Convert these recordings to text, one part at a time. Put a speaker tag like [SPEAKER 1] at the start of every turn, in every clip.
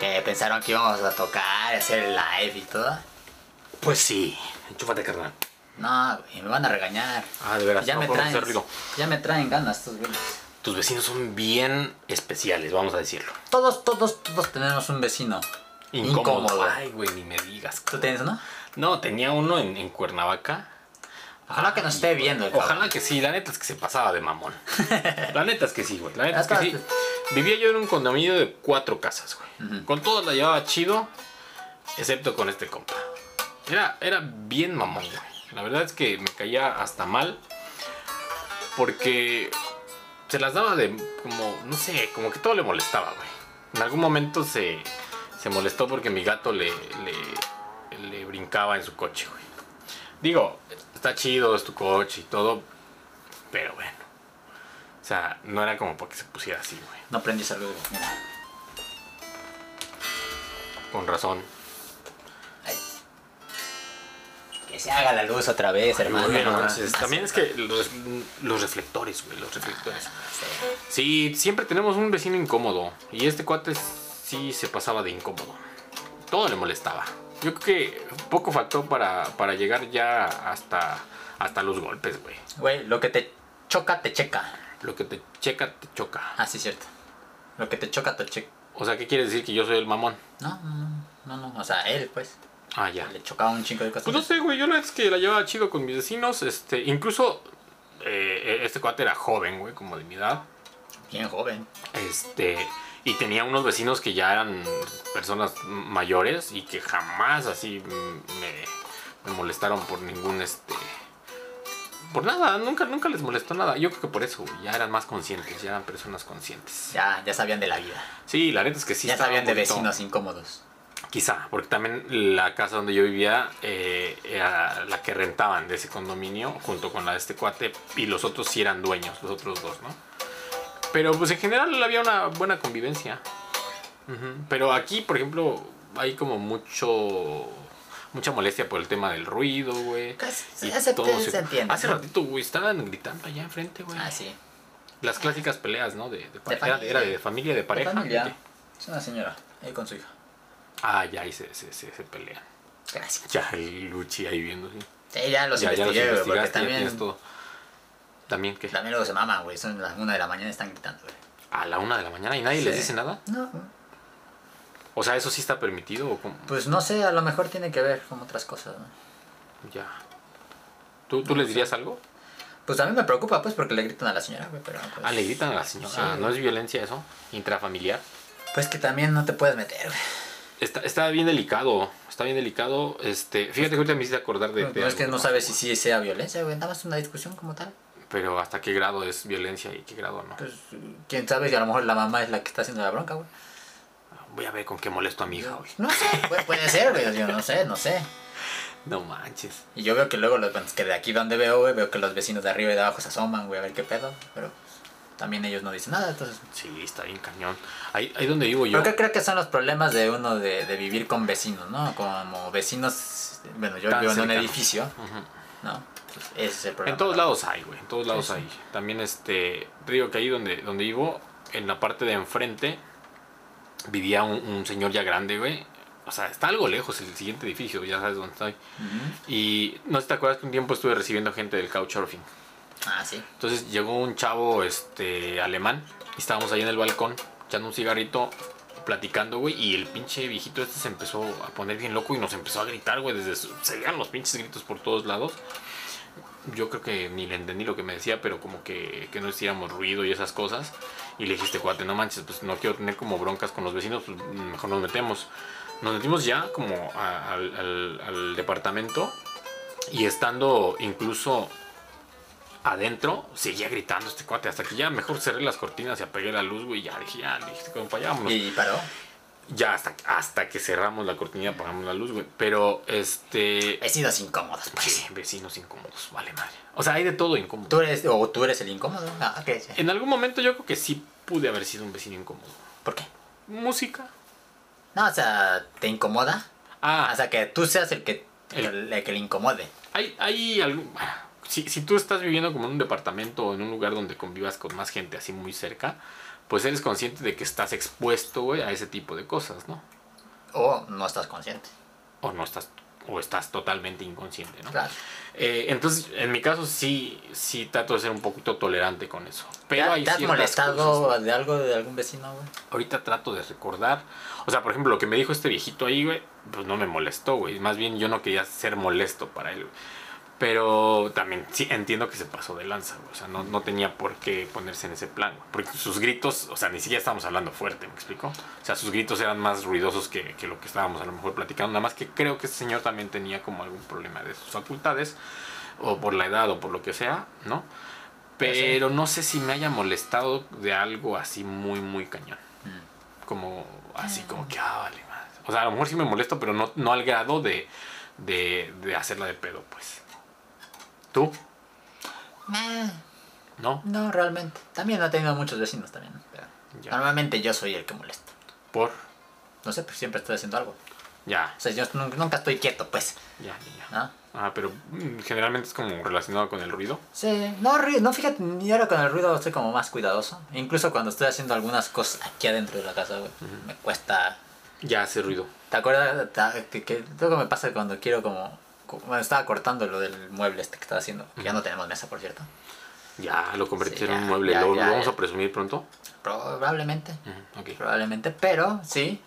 [SPEAKER 1] que pensaron que íbamos a tocar, hacer live y todo.
[SPEAKER 2] Pues sí, enchúfate, carnal.
[SPEAKER 1] No, güey, me van a regañar.
[SPEAKER 2] Ah, de veras,
[SPEAKER 1] ya
[SPEAKER 2] no
[SPEAKER 1] me
[SPEAKER 2] podemos
[SPEAKER 1] traen.
[SPEAKER 2] hacer ruido.
[SPEAKER 1] Ya me traen ganas estos güeyes.
[SPEAKER 2] Tus vecinos son bien especiales, vamos a decirlo.
[SPEAKER 1] Todos, todos, todos tenemos un vecino. Incómodo.
[SPEAKER 2] Ay, güey, ni me digas.
[SPEAKER 1] ¿Tú tienes uno?
[SPEAKER 2] No, tenía uno en, en Cuernavaca.
[SPEAKER 1] Ojalá que nos esté viendo. el cabrón.
[SPEAKER 2] Ojalá que sí, la neta es que se pasaba de mamón. La neta es que sí, güey. La neta es que sí.
[SPEAKER 1] Aparte.
[SPEAKER 2] Vivía yo en un condominio de cuatro casas, güey. Con todas la llevaba chido, excepto con este compa. Era, era bien mamón, güey. La verdad es que me caía hasta mal. Porque se las daba de como, no sé, como que todo le molestaba, güey. En algún momento se, se molestó porque mi gato le, le, le brincaba en su coche, güey. Digo, está chido, es tu coche y todo, pero bueno. O sea, no era como para que se pusiera así, güey.
[SPEAKER 1] No aprendí saludo. Mira.
[SPEAKER 2] Con razón.
[SPEAKER 1] Ay. Que se haga la luz otra vez, hermano.
[SPEAKER 2] Bueno,
[SPEAKER 1] No,
[SPEAKER 2] entonces,
[SPEAKER 1] no,
[SPEAKER 2] también
[SPEAKER 1] no,
[SPEAKER 2] es que los, los reflectores, güey, los reflectores.
[SPEAKER 1] sí.
[SPEAKER 2] Sí, siempre tenemos un vecino incómodo. Y este cuate sí se pasaba de incómodo. Todo le molestaba. Yo creo que poco faltó para, para llegar ya hasta, hasta los golpes, güey.
[SPEAKER 1] Güey, lo que te choca, te checa.
[SPEAKER 2] Lo que te checa, te choca.
[SPEAKER 1] Ah, sí, cierto. Lo que te choca, te checa.
[SPEAKER 2] O sea, ¿qué quiere decir que yo soy el mamón?
[SPEAKER 1] No, no, no, no, no. O sea, él, pues.
[SPEAKER 2] Ah, ya.
[SPEAKER 1] Le chocaba un chingo de cosas.
[SPEAKER 2] Pues no sé, güey, yo la verdad es que la llevaba chido con mis vecinos, este, incluso eh, este cuate era joven, güey, como de mi edad,
[SPEAKER 1] Bien joven.
[SPEAKER 2] este, y tenía unos vecinos que ya eran personas mayores y que jamás así mm, me, me molestaron por ningún, este, por nada, nunca, nunca les molestó nada, yo creo que por eso, güey, ya eran más conscientes, ya eran personas conscientes.
[SPEAKER 1] Ya, ya sabían de la vida.
[SPEAKER 2] Sí, la neta es que sí.
[SPEAKER 1] ya
[SPEAKER 2] estaba
[SPEAKER 1] sabían
[SPEAKER 2] un
[SPEAKER 1] de
[SPEAKER 2] poquito-
[SPEAKER 1] vecinos incómodos.
[SPEAKER 2] Quizá, porque también la casa donde yo vivía eh, era la que rentaban de ese condominio junto con la de este cuate y los otros sí eran dueños, los otros dos, ¿no? Pero pues en general había una buena convivencia. Ujú. Pero aquí, por ejemplo, hay como mucho... Mucha molestia por el tema del ruido, güey.
[SPEAKER 1] Casi-
[SPEAKER 2] Y
[SPEAKER 1] ese-
[SPEAKER 2] todo
[SPEAKER 1] se entiende,
[SPEAKER 2] Hace
[SPEAKER 1] ¿no?
[SPEAKER 2] ratito, güey, estaban gritando allá enfrente, güey.
[SPEAKER 1] Ah, sí.
[SPEAKER 2] Las clásicas peleas, ¿no? De, de pare- era-
[SPEAKER 1] familia.
[SPEAKER 2] Era de familia, de pareja.
[SPEAKER 1] Ya. Es una señora. Él con su hija.
[SPEAKER 2] Ah, ya, ahí se, se, se- se pelean.
[SPEAKER 1] Gracias.
[SPEAKER 2] Ya, el Luchi ahí viendo, sí.
[SPEAKER 1] Sí, ya los
[SPEAKER 2] ya, ya
[SPEAKER 1] investigué,
[SPEAKER 2] los
[SPEAKER 1] güey, porque
[SPEAKER 2] investigaste, ya
[SPEAKER 1] también,
[SPEAKER 2] tienes todo. También que
[SPEAKER 1] también luego se maman, güey. Son las 1 de la mañana y están gritando, güey.
[SPEAKER 2] a la una de la mañana y nadie les
[SPEAKER 1] Sí.
[SPEAKER 2] dice nada.
[SPEAKER 1] No.
[SPEAKER 2] O sea, eso sí está permitido o cómo?
[SPEAKER 1] Pues no sé, a lo mejor tiene que ver con otras cosas, ¿no?
[SPEAKER 2] Ya. ¿Tú, tú les dirías algo?
[SPEAKER 1] Pues a mí me preocupa, pues, porque le gritan a la señora, güey, pero... Pues,
[SPEAKER 2] Ah, le gritan a la señora.
[SPEAKER 1] Sí.
[SPEAKER 2] Ah, ¿No es violencia eso? Intrafamiliar.
[SPEAKER 1] Pues que también no te puedes meter, güey.
[SPEAKER 2] Está, está bien delicado. Está bien delicado. Este, fíjate que ahorita me hiciste acordar de.
[SPEAKER 1] No,
[SPEAKER 2] de
[SPEAKER 1] no es
[SPEAKER 2] algo
[SPEAKER 1] que no
[SPEAKER 2] pasó,
[SPEAKER 1] sabes si sí sea violencia, güey. Nada más una discusión como tal.
[SPEAKER 2] Pero hasta qué grado es violencia y qué grado no.
[SPEAKER 1] Pues, quién sabe, y a lo mejor la mamá es la que está haciendo la bronca, güey.
[SPEAKER 2] Voy a ver con qué molesto a mi hija hoy.
[SPEAKER 1] No sé, güey, puede ser, güey. Yo no sé, no sé.
[SPEAKER 2] No manches.
[SPEAKER 1] Y yo veo que luego, los, pues, que de aquí donde veo, güey, veo que los vecinos de arriba y de abajo se asoman, güey, a ver qué pedo. Pero pues, también ellos no dicen nada, entonces...
[SPEAKER 2] Sí, está bien cañón. Ahí, ahí donde vivo yo.
[SPEAKER 1] Pero qué creo que son los problemas de uno de, de vivir con vecinos, ¿no? Como vecinos, bueno, yo
[SPEAKER 2] Tan
[SPEAKER 1] vivo en un
[SPEAKER 2] cercanos.
[SPEAKER 1] edificio,
[SPEAKER 2] Ujú.
[SPEAKER 1] ¿no? Pues ese es el problema.
[SPEAKER 2] En todos lados hay, güey. En todos lados
[SPEAKER 1] Sí, sí.
[SPEAKER 2] hay. También, este, te digo que ahí donde, donde vivo, en la parte de enfrente, vivía un, un señor ya grande, güey. O sea, está algo lejos el siguiente edificio, ya sabes dónde estoy.
[SPEAKER 1] Ujú.
[SPEAKER 2] Y no sé si te acuerdas que un tiempo estuve recibiendo gente del couchsurfing.
[SPEAKER 1] Ah, sí.
[SPEAKER 2] Entonces llegó un chavo este, alemán y estábamos ahí en el balcón echando un cigarrito, platicando, güey. Y el pinche viejito este se empezó a poner bien loco y nos empezó a gritar, güey. Desde su- se veían los pinches gritos por todos lados. Yo creo que ni le entendí lo que me decía, pero como que, que no hiciéramos ruido y esas cosas. Y le dijiste, cuate, no manches, pues no quiero tener como broncas con los vecinos, pues mejor nos metemos. Nos metimos ya como a- al- al- al departamento y estando incluso adentro, seguía gritando este cuate. Hasta que ya mejor cerré las cortinas y apagué la luz, güey. Ya dije, ya, dije, compa, ya vámonos.
[SPEAKER 1] Y paró.
[SPEAKER 2] Ya hasta, hasta que cerramos la cortina y apagamos la luz, güey. Pero, este...
[SPEAKER 1] Vecinos incómodos, pues.
[SPEAKER 2] sí, vecinos incómodos, vale madre. O sea, hay de todo incómodo.
[SPEAKER 1] Tú eres, o tú eres el incómodo. Ah, ok, sí.
[SPEAKER 2] En algún momento yo creo que sí pude haber sido un vecino incómodo.
[SPEAKER 1] ¿Por qué?
[SPEAKER 2] Música.
[SPEAKER 1] No, o sea, te incomoda.
[SPEAKER 2] Ah,
[SPEAKER 1] O sea, que tú seas el que, el, el que le incomode.
[SPEAKER 2] Hay, hay algún... Si, si tú estás viviendo como en un departamento o en un lugar donde convivas con más gente así muy cerca, pues eres consciente de que estás expuesto, güey, a ese tipo de cosas, ¿no?
[SPEAKER 1] O no estás consciente.
[SPEAKER 2] O no estás, o estás totalmente inconsciente, ¿no?
[SPEAKER 1] Claro.
[SPEAKER 2] Eh, entonces, en mi caso sí, sí trato de ser un poquito tolerante con eso.
[SPEAKER 1] ¿Te,
[SPEAKER 2] Pero hay
[SPEAKER 1] te has
[SPEAKER 2] ciertas
[SPEAKER 1] molestado
[SPEAKER 2] cosas-
[SPEAKER 1] de algo de algún vecino, güey?
[SPEAKER 2] Ahorita trato de recordar. O sea, por ejemplo, lo que me dijo este viejito ahí, güey, pues no me molestó, güey. Más bien yo no quería ser molesto para él, güey. Pero también sí entiendo que se pasó de lanza, güey. O sea, no, no tenía por qué ponerse en ese plan, güey. Porque sus gritos, o sea, ni siquiera estábamos hablando fuerte, ¿me explico? O sea, sus gritos eran más ruidosos que, que lo que estábamos a lo mejor platicando. Nada más que creo que este señor también tenía como algún problema de sus facultades, o por la edad, o por lo que sea, ¿no? Pero no sé si me haya molestado de algo así muy, muy cañón
[SPEAKER 1] Mm.
[SPEAKER 2] como así como que ah vale madre. o sea a lo mejor sí me molesto pero no, no al grado de, de de hacerla de pedo pues tú
[SPEAKER 1] Meh,
[SPEAKER 2] no
[SPEAKER 1] No, realmente. También he tenido muchos vecinos también. ¿no? Pero
[SPEAKER 2] Ya.
[SPEAKER 1] Normalmente yo soy el que molesta.
[SPEAKER 2] por
[SPEAKER 1] No sé, pero siempre estoy haciendo algo.
[SPEAKER 2] ya
[SPEAKER 1] O sea, yo nun- nunca estoy quieto, pues.
[SPEAKER 2] ya ya, ya
[SPEAKER 1] ¿no?
[SPEAKER 2] ah pero mm, generalmente es como relacionado con el ruido
[SPEAKER 1] Sí, no, ri- no fíjate, ni ahora con el ruido estoy como más cuidadoso. Incluso cuando estoy haciendo algunas cosas aquí adentro de la casa, güey, me cuesta
[SPEAKER 2] ya hace ruido
[SPEAKER 1] ¿Te acuerdas ta- que, que lo que me pasa cuando quiero como... cu- Bueno, estaba cortando lo del mueble este que estaba haciendo. que Ya no tenemos mesa, por cierto.
[SPEAKER 2] ya lo convertí
[SPEAKER 1] Sí,
[SPEAKER 2] en
[SPEAKER 1] ya,
[SPEAKER 2] un mueble
[SPEAKER 1] ya,
[SPEAKER 2] lo,
[SPEAKER 1] ya,
[SPEAKER 2] lo vamos
[SPEAKER 1] ya.
[SPEAKER 2] a presumir pronto
[SPEAKER 1] Probablemente.
[SPEAKER 2] Ujú, ok
[SPEAKER 1] Probablemente, pero sí.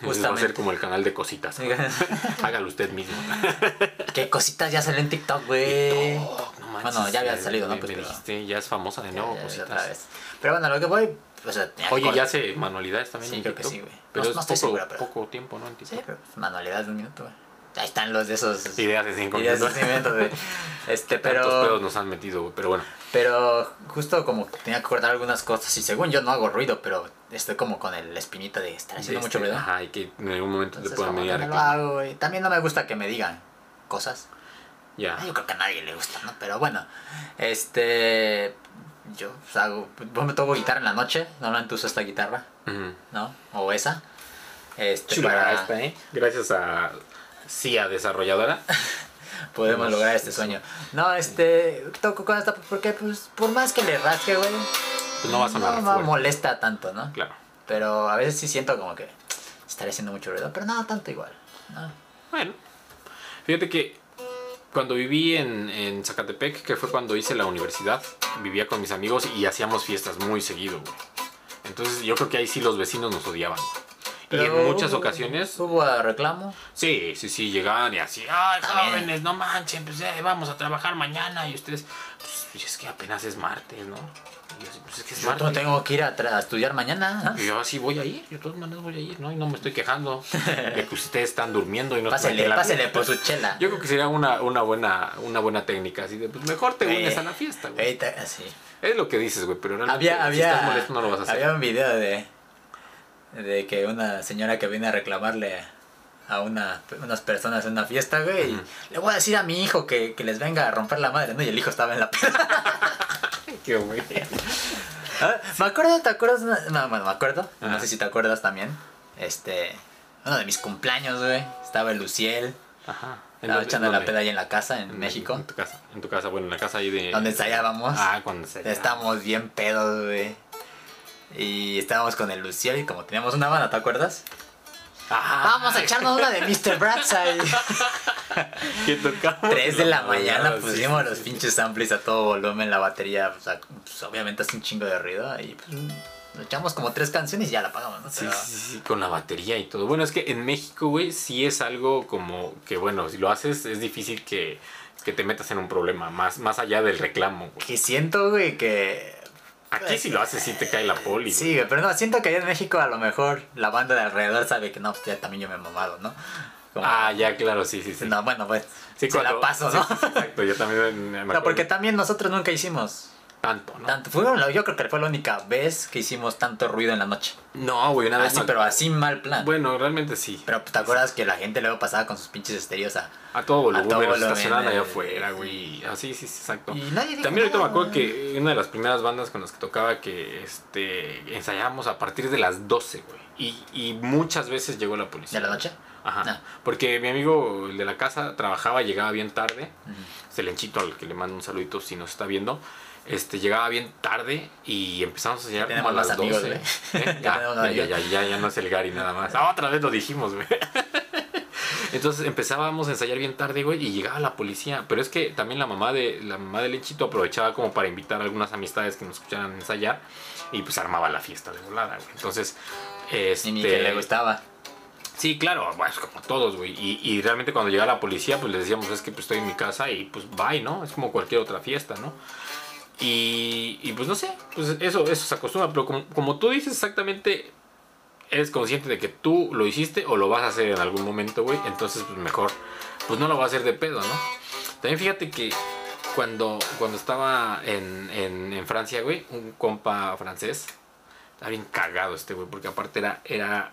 [SPEAKER 2] Entonces va a ser
[SPEAKER 1] Justamente.
[SPEAKER 2] como el canal de cositas hágalo usted mismo
[SPEAKER 1] Qué cositas ya salió en TikTok, güey.
[SPEAKER 2] Oh, no manches,
[SPEAKER 1] Bueno, ya había salido, ¿no?
[SPEAKER 2] me,
[SPEAKER 1] Pues,
[SPEAKER 2] me
[SPEAKER 1] pero-
[SPEAKER 2] dijiste ya es famosa de
[SPEAKER 1] Ya,
[SPEAKER 2] nuevo
[SPEAKER 1] ya, ya,
[SPEAKER 2] cositas
[SPEAKER 1] otra vez. Pero bueno, lo que voy... pues, eh, o sea, tenía que
[SPEAKER 2] Oye,
[SPEAKER 1] cor-
[SPEAKER 2] ya hace manualidades también
[SPEAKER 1] Sí,
[SPEAKER 2] en
[SPEAKER 1] creo que
[SPEAKER 2] TikTok.
[SPEAKER 1] sí, güey.
[SPEAKER 2] Pero
[SPEAKER 1] No-
[SPEAKER 2] es
[SPEAKER 1] no estoy
[SPEAKER 2] poco,
[SPEAKER 1] segura, pero-
[SPEAKER 2] poco tiempo, ¿no? En TikTok.
[SPEAKER 1] Sí, pero pues, manualidad de un minuto, güey. Ahí están los de esos...
[SPEAKER 2] Ideas de cinco
[SPEAKER 1] ideas de
[SPEAKER 2] minutos.
[SPEAKER 1] cimientos, güey. Este,
[SPEAKER 2] Tantos pedos
[SPEAKER 1] pero...
[SPEAKER 2] nos han metido, güey. Pero bueno,
[SPEAKER 1] Pero justo como que tenía que cortar algunas cosas y según yo no hago ruido, pero estoy como con el espinita de estar haciendo
[SPEAKER 2] este,
[SPEAKER 1] mucho ruido.
[SPEAKER 2] Ajá, y que en algún momento
[SPEAKER 1] Entonces,
[SPEAKER 2] te puedan
[SPEAKER 1] como
[SPEAKER 2] venir a
[SPEAKER 1] que no lo
[SPEAKER 2] reclamar.
[SPEAKER 1] hago, güey. También no me gusta que me digan cosas.
[SPEAKER 2] Ya.
[SPEAKER 1] Yo creo que a nadie le gusta, ¿no? Pero bueno, este... Yo pues, hago... Pues me toco guitarra en la noche, normalmente uso esta guitarra,
[SPEAKER 2] Ujú.
[SPEAKER 1] ¿no? O esa. Este,
[SPEAKER 2] Chulada
[SPEAKER 1] para-
[SPEAKER 2] esta, ¿eh? Gracias a CIA desarrolladora.
[SPEAKER 1] podemos
[SPEAKER 2] No,
[SPEAKER 1] lograr este
[SPEAKER 2] eso.
[SPEAKER 1] sueño. No, este... Toco con esta porque, pues, por más que le rasque, güey...
[SPEAKER 2] Pues no va a sonar
[SPEAKER 1] no me
[SPEAKER 2] fuerte.
[SPEAKER 1] molesta tanto, ¿no?
[SPEAKER 2] Claro.
[SPEAKER 1] Pero a veces sí siento como que estaré haciendo mucho ruido, pero nada tanto igual. ¿no?
[SPEAKER 2] Bueno. Fíjate que cuando viví en, en Zacatepec, que fue cuando hice la universidad, vivía con mis amigos y hacíamos fiestas muy seguido, güey. Entonces yo creo que ahí sí los vecinos nos odiaban. y en
[SPEAKER 1] Pero
[SPEAKER 2] muchas
[SPEAKER 1] hubo-
[SPEAKER 2] ocasiones
[SPEAKER 1] Hubo a reclamo.
[SPEAKER 2] Sí, sí, sí, llegaban y así, ay,
[SPEAKER 1] También.
[SPEAKER 2] jóvenes, no manchen, pues eh, vamos a trabajar mañana y ustedes, pues, pues, es que apenas es martes, ¿no? Y yo así, pues es que es
[SPEAKER 1] Yo no
[SPEAKER 2] martes.
[SPEAKER 1] tengo que ir a, tra- a estudiar mañana.
[SPEAKER 2] Y yo así voy a ir, yo de todas maneras voy a ir, ¿no? Y no me estoy quejando de que ustedes están durmiendo y no están
[SPEAKER 1] Pásele,
[SPEAKER 2] aquí en la
[SPEAKER 1] pásele
[SPEAKER 2] fiesta.
[SPEAKER 1] por su chela.
[SPEAKER 2] Yo creo que sería una, una, buena, una buena técnica, así de, pues mejor te
[SPEAKER 1] Eh,
[SPEAKER 2] unes a la fiesta, güey.
[SPEAKER 1] Ahí ta- sí.
[SPEAKER 2] Es lo que dices, güey, pero realmente
[SPEAKER 1] Había,
[SPEAKER 2] si
[SPEAKER 1] había,
[SPEAKER 2] estás molesto no lo vas a hacer.
[SPEAKER 1] había un video de, de que una señora que viene a reclamarle a una, unas personas en una fiesta, güey, y le voy a decir a mi hijo que, que les venga a romper la madre, ¿no? Y el hijo estaba en la peda.
[SPEAKER 2] Qué güey.
[SPEAKER 1] Ah, Me acuerdo, ¿te acuerdas? de una- No, bueno, me acuerdo.
[SPEAKER 2] Ajá.
[SPEAKER 1] No sé si te acuerdas también. Este. Uno de mis cumpleaños, güey. Estaba el Luciel.
[SPEAKER 2] Ajá. ¿En
[SPEAKER 1] Estaba
[SPEAKER 2] dónde-
[SPEAKER 1] echando la
[SPEAKER 2] dónde?
[SPEAKER 1] peda ahí en la casa, en
[SPEAKER 2] En-
[SPEAKER 1] México.
[SPEAKER 2] En tu casa, en tu casa, bueno, en la casa ahí de...
[SPEAKER 1] Donde ensayábamos.
[SPEAKER 2] Ah, cuando ensayábamos.
[SPEAKER 1] Estábamos bien pedos, güey. Y estábamos con el Luciel y como teníamos una banda, ¿te acuerdas?
[SPEAKER 2] Ah,
[SPEAKER 1] Vamos a echarnos una de Mr. Brightside.
[SPEAKER 2] que tocamos.
[SPEAKER 1] 3 de la mañana
[SPEAKER 2] sí,
[SPEAKER 1] pusimos
[SPEAKER 2] sí,
[SPEAKER 1] los
[SPEAKER 2] sí.
[SPEAKER 1] pinches amplis a todo volumen, la batería, o sea, pues, obviamente hace un chingo de ruido. Y pues, nos echamos como tres canciones y ya la apagamos, ¿no?
[SPEAKER 2] Sí,
[SPEAKER 1] Pero-
[SPEAKER 2] sí, sí, con la batería y todo. Bueno, es que en México, güey, sí es algo como que, bueno, si lo haces, es difícil que, que te metas en un problema, más, más allá del reclamo, güey.
[SPEAKER 1] Que siento, güey, que
[SPEAKER 2] Aquí si lo haces, sí te cae la poli. güey.
[SPEAKER 1] Sí, güey, pero no, siento que allá en México a lo mejor la banda de alrededor sabe que no, pues ya también yo me he mamado, ¿no? Como,
[SPEAKER 2] Ah, ya, claro, sí, sí, sí.
[SPEAKER 1] No, bueno, pues
[SPEAKER 2] Sí,
[SPEAKER 1] se
[SPEAKER 2] cuando-
[SPEAKER 1] la paso, ¿no?
[SPEAKER 2] sí, sí, exacto, yo también me acuerdo
[SPEAKER 1] no, porque también nosotros nunca hicimos
[SPEAKER 2] tanto, ¿no?
[SPEAKER 1] tanto. Fue, la- yo creo que fue la única vez que hicimos tanto ruido en la noche.
[SPEAKER 2] No, güey, una vez.
[SPEAKER 1] Así,
[SPEAKER 2] mal-
[SPEAKER 1] Ah, pero así mal plan.
[SPEAKER 2] Ah, Bueno, realmente sí.
[SPEAKER 1] Pero pues, te acuerdas que la gente luego pasaba con sus pinches estéreos a...
[SPEAKER 2] A todo volumen,
[SPEAKER 1] A todo
[SPEAKER 2] los
[SPEAKER 1] volumen,
[SPEAKER 2] estacionaban allá
[SPEAKER 1] eh,
[SPEAKER 2] afuera, güey. Así, sí, sí, exacto.
[SPEAKER 1] Y nadie dijo
[SPEAKER 2] También ahorita me
[SPEAKER 1] nada,
[SPEAKER 2] acuerdo
[SPEAKER 1] güey.
[SPEAKER 2] que una de las primeras bandas con las que tocaba que este ensayábamos a partir de las 12, güey. Y, y muchas veces llegó la policía.
[SPEAKER 1] ¿De la noche?
[SPEAKER 2] Ajá.
[SPEAKER 1] Ah.
[SPEAKER 2] Porque mi amigo, el de la casa, trabajaba, llegaba bien tarde.
[SPEAKER 1] Ujú.
[SPEAKER 2] Es el Lenchito al que le mando un saludito si nos está viendo. Este, llegaba bien tarde y empezamos a llegar
[SPEAKER 1] Ya
[SPEAKER 2] como a
[SPEAKER 1] tenemos
[SPEAKER 2] las
[SPEAKER 1] más amigos,
[SPEAKER 2] 12.
[SPEAKER 1] güey. Ya
[SPEAKER 2] ¿Eh? Ya,
[SPEAKER 1] tenemos
[SPEAKER 2] ya,
[SPEAKER 1] más
[SPEAKER 2] ya, ya, ya, ya no es el Gary nada más. Ah, otra vez lo dijimos, güey. Entonces empezábamos a ensayar bien tarde, güey, y llegaba la policía. Pero es que también la mamá de la mamá del Lenchito aprovechaba como para invitar a algunas amistades que nos escucharan ensayar y pues armaba la fiesta de volada, güey. Entonces, este,
[SPEAKER 1] Y ni que le gustaba.
[SPEAKER 2] Sí, claro, pues como todos, güey. Y, y realmente cuando llega la policía, pues les decíamos, es que pues, estoy en mi casa y pues bye, ¿no? Es como cualquier otra fiesta, ¿no? Y, y, pues no sé, pues eso, eso se acostumbra, pero como, como tú dices exactamente, eres consciente de que tú lo hiciste o lo vas a hacer en algún momento, güey. Entonces, pues mejor, pues no lo vas a hacer de pedo, ¿no? También fíjate que cuando, cuando estaba en, en, en Francia, güey, un compa francés, estaba bien cagado este, güey, porque aparte era, era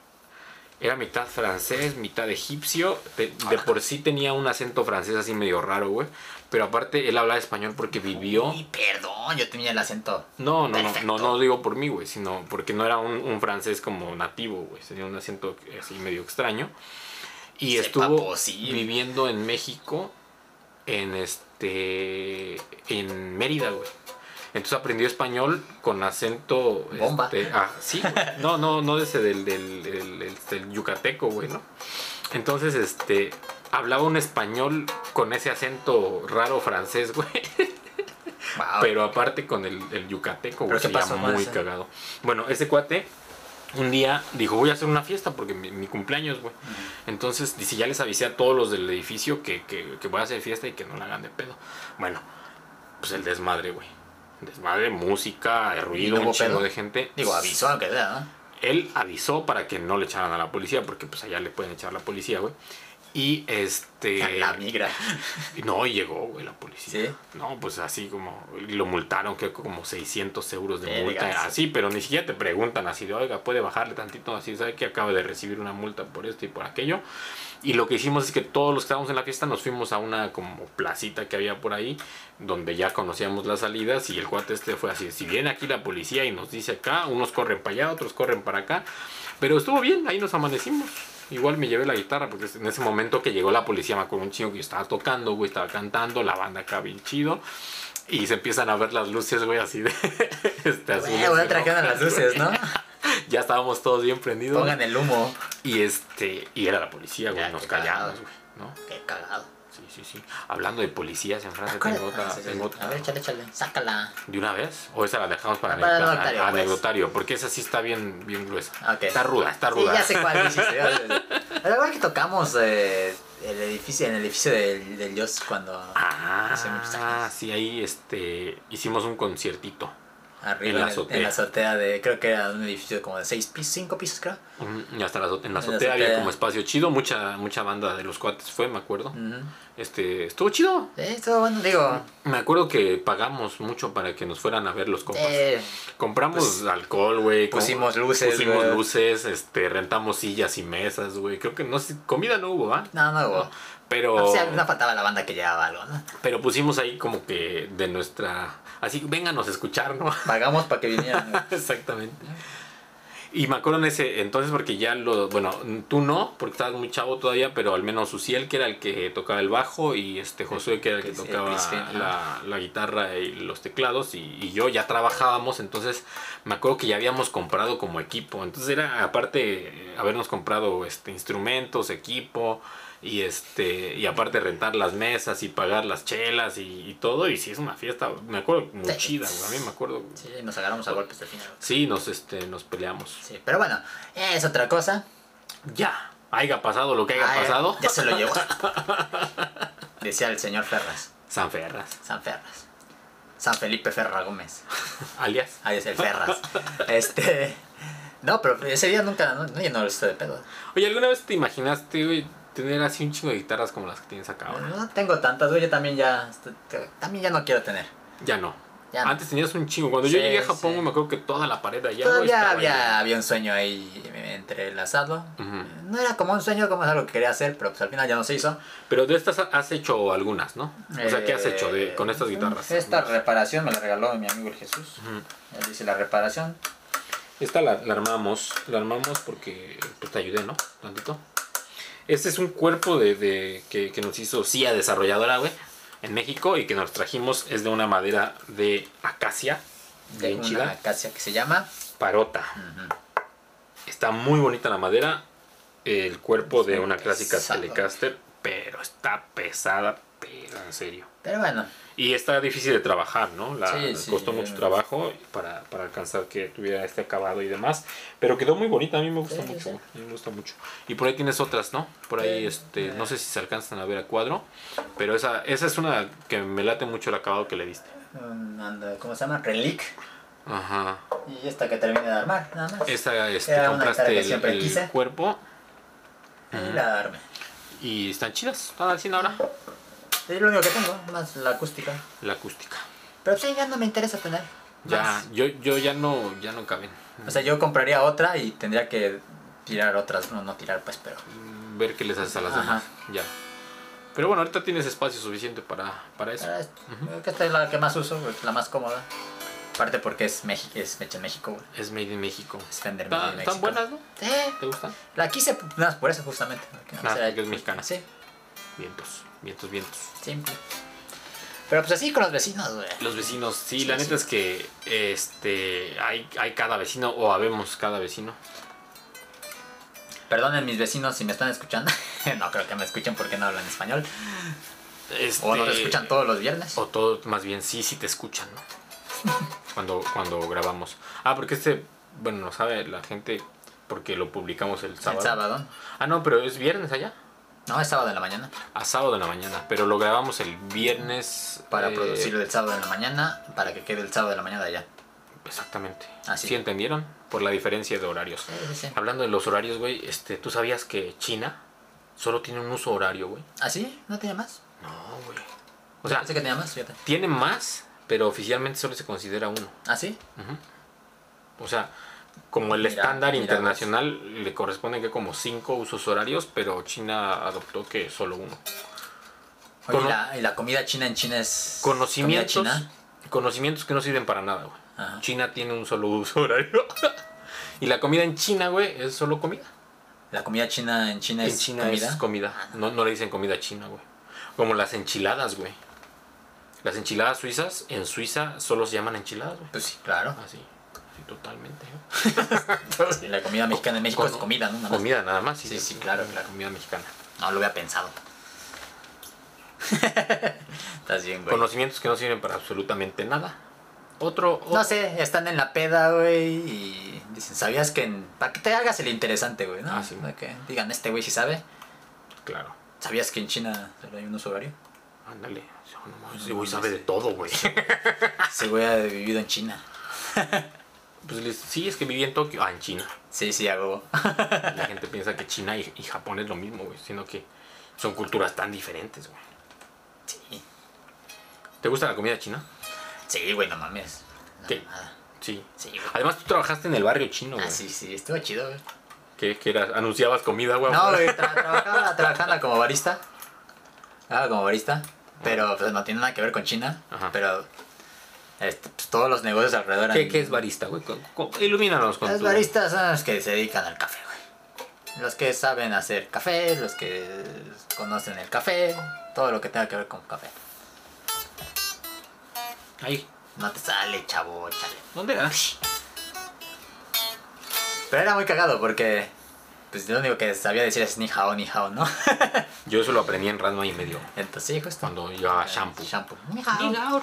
[SPEAKER 2] era mitad francés, mitad egipcio. De, de por sí tenía un acento francés así medio raro, güey. Pero aparte él hablaba español porque vivió.
[SPEAKER 1] Y perdón, yo tenía el acento.
[SPEAKER 2] No, no, no, no,
[SPEAKER 1] Perfecto.
[SPEAKER 2] no lo digo por mí, güey, sino porque no era un, un francés como nativo, güey. Tenía un acento así medio extraño. Y
[SPEAKER 1] Sepa
[SPEAKER 2] estuvo
[SPEAKER 1] posible.
[SPEAKER 2] viviendo en México, en este. en Mérida, güey. Entonces aprendió español con acento.
[SPEAKER 1] Bomba.
[SPEAKER 2] este, ah, sí, güey. No, no, no ese del, del, del- del- del yucateco, güey, ¿no? Entonces, este. Hablaba un español con ese acento raro francés, güey.
[SPEAKER 1] Wow.
[SPEAKER 2] Pero aparte con el, el yucateco, güey,
[SPEAKER 1] Ah. ¿Pero qué
[SPEAKER 2] sería
[SPEAKER 1] pasó con
[SPEAKER 2] muy
[SPEAKER 1] ese?
[SPEAKER 2] cagado. Bueno, ese cuate un día dijo, voy a hacer una fiesta porque mi, mi cumpleaños, güey. Entonces, dice, ya les avisé a todos los del edificio que, que, que voy a hacer fiesta y que no la hagan de pedo. Bueno, pues el desmadre, güey. Desmadre, música, ruido,
[SPEAKER 1] no hubo
[SPEAKER 2] un chingo
[SPEAKER 1] pedo?
[SPEAKER 2] de gente.
[SPEAKER 1] Digo, aviso aunque sea, ¿no?
[SPEAKER 2] Él avisó para que no le echaran a la policía, porque pues allá le pueden echar a la policía, güey. Y este...
[SPEAKER 1] La migra.
[SPEAKER 2] Y No, y llegó, güey, la policía.
[SPEAKER 1] ¿Sí?
[SPEAKER 2] No, pues así como y lo multaron, creo que como 600 euros de
[SPEAKER 1] Verga, sí.
[SPEAKER 2] multa. Así, pero ni siquiera te preguntan así de, oiga, puede bajarle tantito, así, sabe que acaba de recibir una multa por esto y por aquello. Y lo que hicimos es que todos los que estábamos en la fiesta nos fuimos a una como placita que había por ahí, donde ya conocíamos las salidas y el cuate este fue así, si viene aquí la policía y nos dice acá, unos corren para allá, otros corren para acá, pero estuvo bien, ahí nos amanecimos. Igual me llevé la guitarra porque en ese momento que llegó la policía me acuerdo un chingo que yo estaba tocando, güey, estaba cantando, la banda acá bien chido. Y se empiezan a ver las luces, güey, así de... Este,
[SPEAKER 1] Güey,
[SPEAKER 2] azules
[SPEAKER 1] ahora
[SPEAKER 2] y
[SPEAKER 1] trajeron las
[SPEAKER 2] rojas,
[SPEAKER 1] luces, ¿no?
[SPEAKER 2] güey. Ya estábamos todos bien prendidos.
[SPEAKER 1] Pongan el humo.
[SPEAKER 2] Y este, y era la policía, güey,
[SPEAKER 1] Ya,
[SPEAKER 2] nos
[SPEAKER 1] qué cagado.
[SPEAKER 2] callamos, güey, ¿no?
[SPEAKER 1] Qué cagado.
[SPEAKER 2] Sí, sí, sí. Hablando de policías en Francia, tengo otra,
[SPEAKER 1] Ah, sí, sí.
[SPEAKER 2] tengo otra.
[SPEAKER 1] A ver, échale, échale. Sácala.
[SPEAKER 2] ¿De una vez? ¿O esa la dejamos para,
[SPEAKER 1] Para
[SPEAKER 2] anecdota-
[SPEAKER 1] anecdotario, pues. Ah,
[SPEAKER 2] anecdotario? Porque esa sí está bien, bien gruesa.
[SPEAKER 1] Ok.
[SPEAKER 2] Está ruda, está
[SPEAKER 1] Sí,
[SPEAKER 2] ruda.
[SPEAKER 1] ya sé cuál dijiste. ya sé. Pero igual que tocamos eh, el edificio, en el edificio del, del Dios cuando Hace muchos
[SPEAKER 2] Ah,
[SPEAKER 1] años.
[SPEAKER 2] sí, ahí este, hicimos un conciertito.
[SPEAKER 1] arriba en,
[SPEAKER 2] la
[SPEAKER 1] el-
[SPEAKER 2] azotea.
[SPEAKER 1] en la azotea de, creo que era un edificio como de seis pisos, cinco pisos creo.
[SPEAKER 2] Mm, Y hasta la, azo- en la
[SPEAKER 1] En la
[SPEAKER 2] azotea había
[SPEAKER 1] azotea.
[SPEAKER 2] como espacio chido. Mucha, mucha banda de los cuates fue, me acuerdo.
[SPEAKER 1] Ujú.
[SPEAKER 2] Este, estuvo chido.
[SPEAKER 1] Eh, estuvo bueno, digo.
[SPEAKER 2] Me acuerdo que pagamos mucho para que nos fueran a ver los compas.
[SPEAKER 1] eh, pues,
[SPEAKER 2] Compramos alcohol, güey. com-
[SPEAKER 1] pusimos luces,
[SPEAKER 2] Pusimos
[SPEAKER 1] güey.
[SPEAKER 2] luces, este, rentamos sillas y mesas, güey. Creo que no sé, comida no hubo, ¿ah?
[SPEAKER 1] no, no hubo.
[SPEAKER 2] Pero.
[SPEAKER 1] O sea, no faltaba la banda que llevaba algo, ¿no?
[SPEAKER 2] Pero pusimos ahí como que de nuestra. Así, vénganos a escuchar, ¿no?
[SPEAKER 1] Pagamos para que vinieran. güey.
[SPEAKER 2] Exactamente. Y me acuerdo en ese entonces porque ya lo. Bueno, tú no, porque estabas muy chavo todavía, pero al menos Uciel, que era el que tocaba el bajo, y este Josué, que era el que
[SPEAKER 1] Sí, pues, el
[SPEAKER 2] tocaba
[SPEAKER 1] príncipe, ajá.
[SPEAKER 2] la, la guitarra y los teclados, y, y yo ya trabajábamos, entonces me acuerdo que ya habíamos comprado como equipo. Entonces era, aparte, eh, habernos comprado este, instrumentos, equipo. Y este, y aparte rentar las mesas y pagar las chelas y, y todo, y sí es una fiesta, me acuerdo muy
[SPEAKER 1] Sí.
[SPEAKER 2] chida, güey, a mí me acuerdo
[SPEAKER 1] Sí, nos agarramos a golpes al final. güey.
[SPEAKER 2] Sí, nos, este, nos peleamos.
[SPEAKER 1] Sí, pero bueno, es otra cosa.
[SPEAKER 2] Ya. Haya pasado lo que haya
[SPEAKER 1] Ah, ya-
[SPEAKER 2] pasado.
[SPEAKER 1] Ya se lo llevó. Decía el señor Ferras,
[SPEAKER 2] San Ferras,
[SPEAKER 1] San Ferras. San Felipe Ferra Gómez.
[SPEAKER 2] alias.
[SPEAKER 1] Ahí es el Ferras. Este. No, pero ese día nunca, no, no, yo no lo hice de pedo.
[SPEAKER 2] Oye, ¿alguna vez te imaginaste, güey, tener así un chingo de guitarras como las que tienes acá ahora?
[SPEAKER 1] No tengo tantas, güey, yo también ya, este, te- también ya no quiero tener.
[SPEAKER 2] Ya no.
[SPEAKER 1] Ya no.
[SPEAKER 2] Antes tenías un chingo. Cuando yo
[SPEAKER 1] Sí,
[SPEAKER 2] llegué a Japón,
[SPEAKER 1] sí.
[SPEAKER 2] güey, me acuerdo que toda la pared de allá, güey,
[SPEAKER 1] Todavía
[SPEAKER 2] estaba
[SPEAKER 1] había,
[SPEAKER 2] llena.
[SPEAKER 1] había un sueño ahí entrelazado.
[SPEAKER 2] Ujú.
[SPEAKER 1] No era como un sueño, como es algo que quería hacer, pero pues al final ya no se hizo.
[SPEAKER 2] Pero de estas has hecho algunas, ¿no? O sea, ¿qué has
[SPEAKER 1] Eh,
[SPEAKER 2] hecho de- con estas guitarras?
[SPEAKER 1] Esta reparación me la regaló mi amigo el Jesús.
[SPEAKER 2] Ujú.
[SPEAKER 1] Él dice la reparación.
[SPEAKER 2] Esta la, la armamos, la armamos porque pues, te ayudé, ¿no? Tantito. Este es un cuerpo de, de- que, que nos hizo CIA desarrolladora, güey. en México y que nos trajimos es de una madera de acacia,
[SPEAKER 1] De
[SPEAKER 2] bien
[SPEAKER 1] una
[SPEAKER 2] chida,
[SPEAKER 1] acacia que se llama.
[SPEAKER 2] parota. Está muy bonita la madera, el cuerpo de una clásica
[SPEAKER 1] pesado.
[SPEAKER 2] Telecaster, pero está pesada, pero en serio.
[SPEAKER 1] Pero bueno,
[SPEAKER 2] Y está difícil de trabajar, ¿no? La,
[SPEAKER 1] Sí, sí,
[SPEAKER 2] costó
[SPEAKER 1] yo
[SPEAKER 2] mucho
[SPEAKER 1] no-
[SPEAKER 2] trabajo para, para alcanzar que tuviera este acabado y demás. Pero quedó muy bonita, a mí me gusta
[SPEAKER 1] Sí, sí, sí.
[SPEAKER 2] mucho. a mí me gusta mucho. Y por ahí tienes otras, ¿no? Por ahí,
[SPEAKER 1] Sí, Ah.
[SPEAKER 2] este,
[SPEAKER 1] ya.
[SPEAKER 2] no sé si se alcanzan a ver a cuadro. Pero esa, esa es una que me late mucho el acabado que le diste.
[SPEAKER 1] un- anda, ¿cómo se llama? Relic.
[SPEAKER 2] Ajá.
[SPEAKER 1] Y esta que terminé de armar, nada más.
[SPEAKER 2] Esa, este,
[SPEAKER 1] Era una cara
[SPEAKER 2] compraste
[SPEAKER 1] que
[SPEAKER 2] el,
[SPEAKER 1] siempre
[SPEAKER 2] el
[SPEAKER 1] quise.
[SPEAKER 2] cuerpo
[SPEAKER 1] Y la arme.
[SPEAKER 2] y están chidas. Están al 100 ahora.
[SPEAKER 1] Es lo único que tengo, más la acústica.
[SPEAKER 2] La acústica.
[SPEAKER 1] Pero sí, ya no me interesa tener.
[SPEAKER 2] Ya,
[SPEAKER 1] más.
[SPEAKER 2] yo, yo ya no, ya no caben.
[SPEAKER 1] O sea, yo compraría otra y tendría que tirar otras. No, no tirar, pues, pero.
[SPEAKER 2] ver qué les haces a las
[SPEAKER 1] Ajá.
[SPEAKER 2] demás. Ya. Pero bueno, ahorita tienes espacio suficiente para, para eso.
[SPEAKER 1] Pero es- creo que Esta es la que más uso, güey, la más cómoda. Aparte porque es, México, es hecha en México, güey.
[SPEAKER 2] Es Made in México.
[SPEAKER 1] Es Fender
[SPEAKER 2] Está-
[SPEAKER 1] Made in
[SPEAKER 2] están
[SPEAKER 1] Mexico.
[SPEAKER 2] buenas, ¿no?
[SPEAKER 1] Sí.
[SPEAKER 2] ¿Te gustan?
[SPEAKER 1] La quise nada más por eso, justamente. porque,
[SPEAKER 2] Ah,
[SPEAKER 1] o sea,
[SPEAKER 2] porque es mexicana.
[SPEAKER 1] Sí,
[SPEAKER 2] Vientos, vientos, vientos.
[SPEAKER 1] simple. Pero pues así con los vecinos, güey.
[SPEAKER 2] Los vecinos, sí,
[SPEAKER 1] Sí,
[SPEAKER 2] la
[SPEAKER 1] sí.
[SPEAKER 2] neta es que este hay, hay cada vecino, o habemos cada vecino.
[SPEAKER 1] Perdonen mis vecinos si me están escuchando. no creo que me escuchen porque no hablan español.
[SPEAKER 2] Este,
[SPEAKER 1] O nos escuchan todos los viernes.
[SPEAKER 2] O todo, más bien, sí, sí te escuchan, ¿no? cuando, cuando grabamos. Ah, porque este, bueno, no sabe la gente porque lo publicamos el sábado.
[SPEAKER 1] El sábado.
[SPEAKER 2] Ah, no, pero es viernes allá.
[SPEAKER 1] No, es sábado en la mañana.
[SPEAKER 2] A sábado en la mañana, pero lo grabamos el viernes.
[SPEAKER 1] Para
[SPEAKER 2] eh,
[SPEAKER 1] producirlo del sábado en la mañana, para que quede el sábado de la mañana allá.
[SPEAKER 2] Exactamente.
[SPEAKER 1] Así.
[SPEAKER 2] ¿Sí entendieron? Por la diferencia de horarios.
[SPEAKER 1] Eh, Sí, sí, sí.
[SPEAKER 2] Hablando de los horarios, güey, este, ¿tú sabías que China solo tiene un uso horario, güey?
[SPEAKER 1] ¿Ah, sí? ¿No tenía más?
[SPEAKER 2] No, güey. O sea,
[SPEAKER 1] Pensé que tenía más, fíjate.
[SPEAKER 2] tiene más, pero oficialmente solo se considera uno.
[SPEAKER 1] ¿Ah, sí?
[SPEAKER 2] O sea, como el
[SPEAKER 1] Mira, mira,
[SPEAKER 2] estándar
[SPEAKER 1] pues.
[SPEAKER 2] internacional le corresponden que como cinco usos horarios, pero China adoptó que solo uno.
[SPEAKER 1] Oye,
[SPEAKER 2] Cono-
[SPEAKER 1] ¿y, la, y la comida china en China es.
[SPEAKER 2] Conocimientos,
[SPEAKER 1] comida china?
[SPEAKER 2] conocimientos que no sirven para nada, güey.
[SPEAKER 1] Ajá.
[SPEAKER 2] China tiene un solo uso horario. y la comida en China, güey, es solo comida.
[SPEAKER 1] La comida china en China
[SPEAKER 2] En
[SPEAKER 1] es
[SPEAKER 2] China
[SPEAKER 1] comida.
[SPEAKER 2] es comida. No, no le dicen comida china, güey. Como las enchiladas, güey. Las enchiladas suizas, en Suiza solo se llaman enchiladas, güey.
[SPEAKER 1] Pues sí, claro.
[SPEAKER 2] Así. Así totalmente. güey.
[SPEAKER 1] Y la comida mexicana en México
[SPEAKER 2] Con-
[SPEAKER 1] es comida, ¿no? Nada más.
[SPEAKER 2] Comida nada más.
[SPEAKER 1] Sí, sí, claro, claro.
[SPEAKER 2] Comida mexicana.
[SPEAKER 1] No lo había pensado. Estás bien, güey.
[SPEAKER 2] Conocimientos que no sirven para absolutamente nada. Otro.
[SPEAKER 1] No sé, están en la peda, güey, y dicen, ¿sabías que en... Para que te hagas el interesante, güey, ¿no?
[SPEAKER 2] Ah, sí.
[SPEAKER 1] Para que digan, este güey sí sabe.
[SPEAKER 2] Claro.
[SPEAKER 1] ¿Sabías que en China solo hay un uso horario?
[SPEAKER 2] Ándale. No mames, Ese güey sabe de todo, güey.
[SPEAKER 1] Ese güey ha vivido en China.
[SPEAKER 2] Pues les- sí, es que viví en Tokio. Ah, en China.
[SPEAKER 1] Sí, sí, hago.
[SPEAKER 2] La gente piensa que China y, y Japón es lo mismo, güey. Sino que son culturas tan diferentes, güey.
[SPEAKER 1] Sí.
[SPEAKER 2] ¿Te gusta la comida china?
[SPEAKER 1] Sí, güey, no mames. No,
[SPEAKER 2] ¿Qué?
[SPEAKER 1] nada.
[SPEAKER 2] Sí.
[SPEAKER 1] Sí, güey.
[SPEAKER 2] Además, tú trabajaste en el barrio chino, güey.
[SPEAKER 1] Ah, sí, sí, estuvo chido, güey.
[SPEAKER 2] ¿Qué, qué era? ¿Anunciabas comida, güey?
[SPEAKER 1] No, güey, tra- trabajaba, trabajaba como barista. Trabajaba como barista. Pero pues, no tiene nada que ver con China.
[SPEAKER 2] Ah. Ajá.
[SPEAKER 1] Pero este, pues, todos los negocios alrededor.
[SPEAKER 2] ¿Qué,
[SPEAKER 1] eran-
[SPEAKER 2] qué es barista, güey? Co- co- Ilumínanos con
[SPEAKER 1] Los
[SPEAKER 2] tu-
[SPEAKER 1] baristas son los que se dedican al café, güey. Los que saben hacer café, los que conocen el café, todo lo que tenga que ver con café.
[SPEAKER 2] Ahí.
[SPEAKER 1] No te sale, chavo, chale.
[SPEAKER 2] ¿Dónde era?
[SPEAKER 1] Pero era muy cagado porque pues lo único que sabía decir es ni hao, ni hao, ¿no?
[SPEAKER 2] Yo eso lo aprendí en Ranma y medio.
[SPEAKER 1] Entonces, sí, justo.
[SPEAKER 2] Cuando iba a shampoo.
[SPEAKER 1] Shampoo. Ni hao.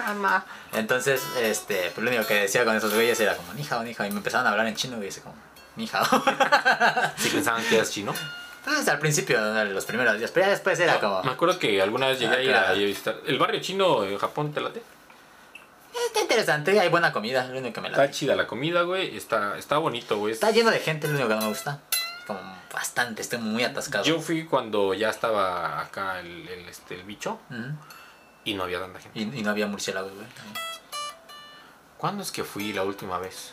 [SPEAKER 1] Entonces, este, pues lo único que decía con esos güeyes era como, ni hao, ni hao", y me empezaban a hablar en chino, güey, así como, ni hao.
[SPEAKER 2] Si pensaban que eras chino.
[SPEAKER 1] Entonces, al principio, ¿no? los primeros días, pero ya después era como,
[SPEAKER 2] Me acuerdo que alguna vez llegué
[SPEAKER 1] Ah,
[SPEAKER 2] a ir a,
[SPEAKER 1] claro.
[SPEAKER 2] a visitar. ¿El barrio chino en Japón te late?
[SPEAKER 1] "Eh, está interesante, hay buena comida, es lo único que me
[SPEAKER 2] Está
[SPEAKER 1] la...
[SPEAKER 2] chida la comida, güey. Está, está bonito, güey.
[SPEAKER 1] Está lleno de gente, es lo único que no me gusta. Como bastante, estoy muy atascado.
[SPEAKER 2] Yo fui cuando ya estaba acá el, el, este, el bicho
[SPEAKER 1] Ujú.
[SPEAKER 2] y no había tanta gente.
[SPEAKER 1] y, y no había murciélagos, güey.
[SPEAKER 2] ¿Cuándo es que fui la última vez?